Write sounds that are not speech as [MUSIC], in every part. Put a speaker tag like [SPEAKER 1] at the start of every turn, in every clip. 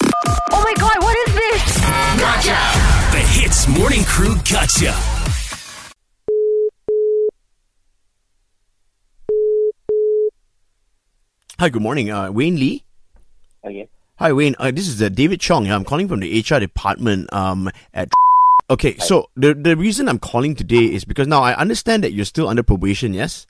[SPEAKER 1] Oh my god, what is this?
[SPEAKER 2] The Hits Morning Crew Gotcha.
[SPEAKER 3] Hi, good morning. Uh, Wayne Lee.
[SPEAKER 4] Okay.
[SPEAKER 3] Hi, Wayne. Uh, this is uh, David Chong. I'm calling from the HR department um, at. Okay, so the the reason I'm calling today is because now I understand that you're still under probation. Yes.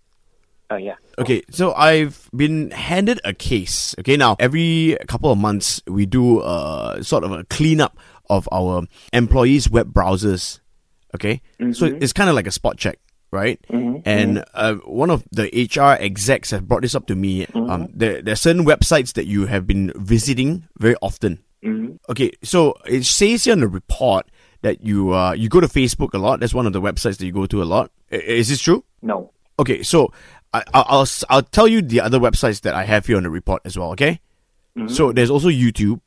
[SPEAKER 4] Oh yeah.
[SPEAKER 3] Okay, so I've been handed a case. Okay, now every couple of months we do uh sort of a cleanup of our employees' web browsers. Okay, so it's kind of like a spot check, right? And uh, one of the HR execs have brought this up to me. Um, there, there are certain websites that you have been visiting very often. Okay, so it says here in the report that you uh you go to Facebook a lot. That's one of the websites that you go to a lot. I- Is this true?
[SPEAKER 4] No.
[SPEAKER 3] Okay, so I, I'll I'll s- I'll tell you the other websites that I have here on the report as well. Okay, so there's also YouTube.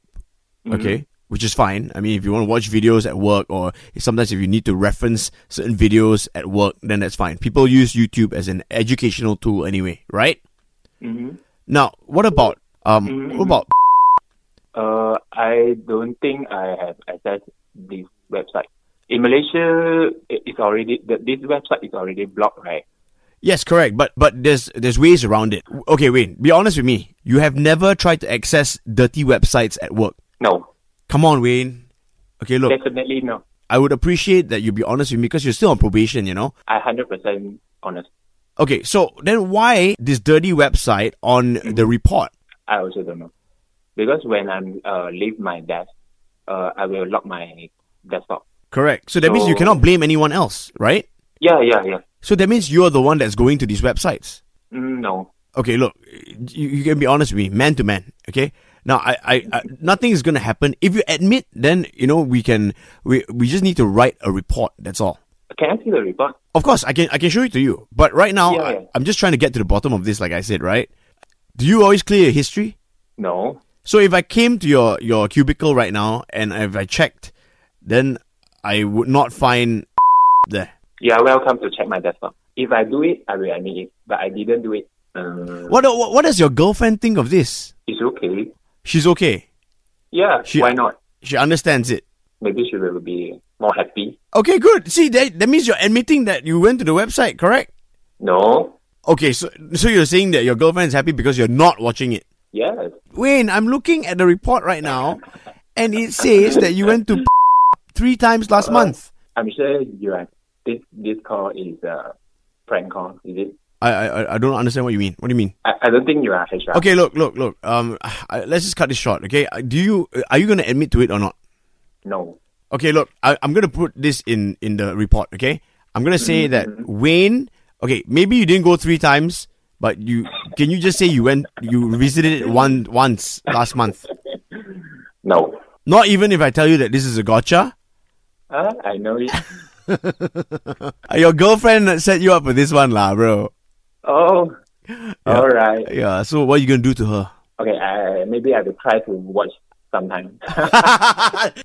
[SPEAKER 3] Okay, which is fine. I mean, if you want to watch videos at work, or sometimes if you need to reference certain videos at work, then that's fine. People use YouTube as an educational tool anyway, right? Now, what about um, what about
[SPEAKER 4] Uh, I don't think I have accessed this website. In Malaysia, it- it's already th- this website is already blocked, right?
[SPEAKER 3] Yes, correct. But but there's there's ways around it. Okay, wait. Be honest with me. You have never tried to access dirty websites at work.
[SPEAKER 4] No,
[SPEAKER 3] Come on, Wayne. Okay, look.
[SPEAKER 4] definitely no.
[SPEAKER 3] I would appreciate that you be honest with me because you're still on probation, you know?
[SPEAKER 4] I hundred percent honest.
[SPEAKER 3] Okay, so then why this dirty website on the report?
[SPEAKER 4] I also don't know because when I'm uh, leave my desk, uh, I will lock my desktop.
[SPEAKER 3] Correct. So that means you
[SPEAKER 4] So-
[SPEAKER 3] cannot blame anyone else, right?
[SPEAKER 4] Yeah, yeah, yeah.
[SPEAKER 3] So that means you're the one that's going to these websites.
[SPEAKER 4] Mm, no.
[SPEAKER 3] Okay, look, you, you can be honest with me, man to man, okay? Now, I, I, I nothing is going to happen. If you admit, then, you know, we can, we, we just need to write a report, that's all.
[SPEAKER 4] Can I see the report?
[SPEAKER 3] Of course, I can I can show it to you. But right now,
[SPEAKER 4] Yeah, yeah.
[SPEAKER 3] I, I'm just trying to get to the bottom of this. Like I said, right? Do you always clear your history?
[SPEAKER 4] No.
[SPEAKER 3] So if I came to your your cubicle right now and if I checked, then I would not find [LAUGHS] there.
[SPEAKER 4] You are welcome to check my desktop. If I do it, I will admit it. But I didn't do it. Uh,
[SPEAKER 3] What what what does your girlfriend think of this?
[SPEAKER 4] it's okay.
[SPEAKER 3] She's okay.
[SPEAKER 4] Yeah.
[SPEAKER 3] She-
[SPEAKER 4] why not?
[SPEAKER 3] She understands it.
[SPEAKER 4] maybe she will be more happy.
[SPEAKER 3] Okay, good. See that that means you're admitting that you went to the website, correct?
[SPEAKER 4] No.
[SPEAKER 3] Okay, so so you're saying that your girlfriend is happy because you're not watching it.
[SPEAKER 4] Yes.
[SPEAKER 3] Wayne, I'm looking at the report right now, and it says that you went to [LAUGHS] three times last month.
[SPEAKER 4] I'm sure you are. This this call is a prank call, is it?
[SPEAKER 3] I, I I- I don't understand what you mean. What do you mean?
[SPEAKER 4] I, I don't think you are HR.
[SPEAKER 3] Okay, look, look, look. Um, I, let's just cut this short. Okay, Uh, do you uh, are you gonna admit to it or not?
[SPEAKER 4] No.
[SPEAKER 3] Okay, look, I, I'm gonna put this in in the report. Okay, I'm gonna say that Wayne. Okay, maybe you didn't go three times, but you can you just say you went you visited it one once last month.
[SPEAKER 4] No.
[SPEAKER 3] Not even if I tell you that this is a gotcha.
[SPEAKER 4] Ah, I know it.
[SPEAKER 3] Uh, Your girlfriend set you up with this one, lah, bro. [LAUGHS]
[SPEAKER 4] oh. All right.
[SPEAKER 3] Yeah, so what are you going to do to her?
[SPEAKER 4] Okay. I, maybe I will try to watch sometime.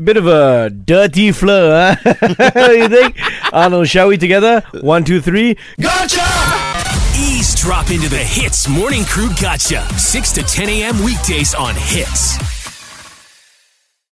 [SPEAKER 5] Bit of a dirty flirt, huh? [LAUGHS] you think? Arnold, shall we together? One, two, three.
[SPEAKER 2] Eavesdrop into the Hits Morning Crew Gotcha. 6 to 10 a.m. weekdays on Hits.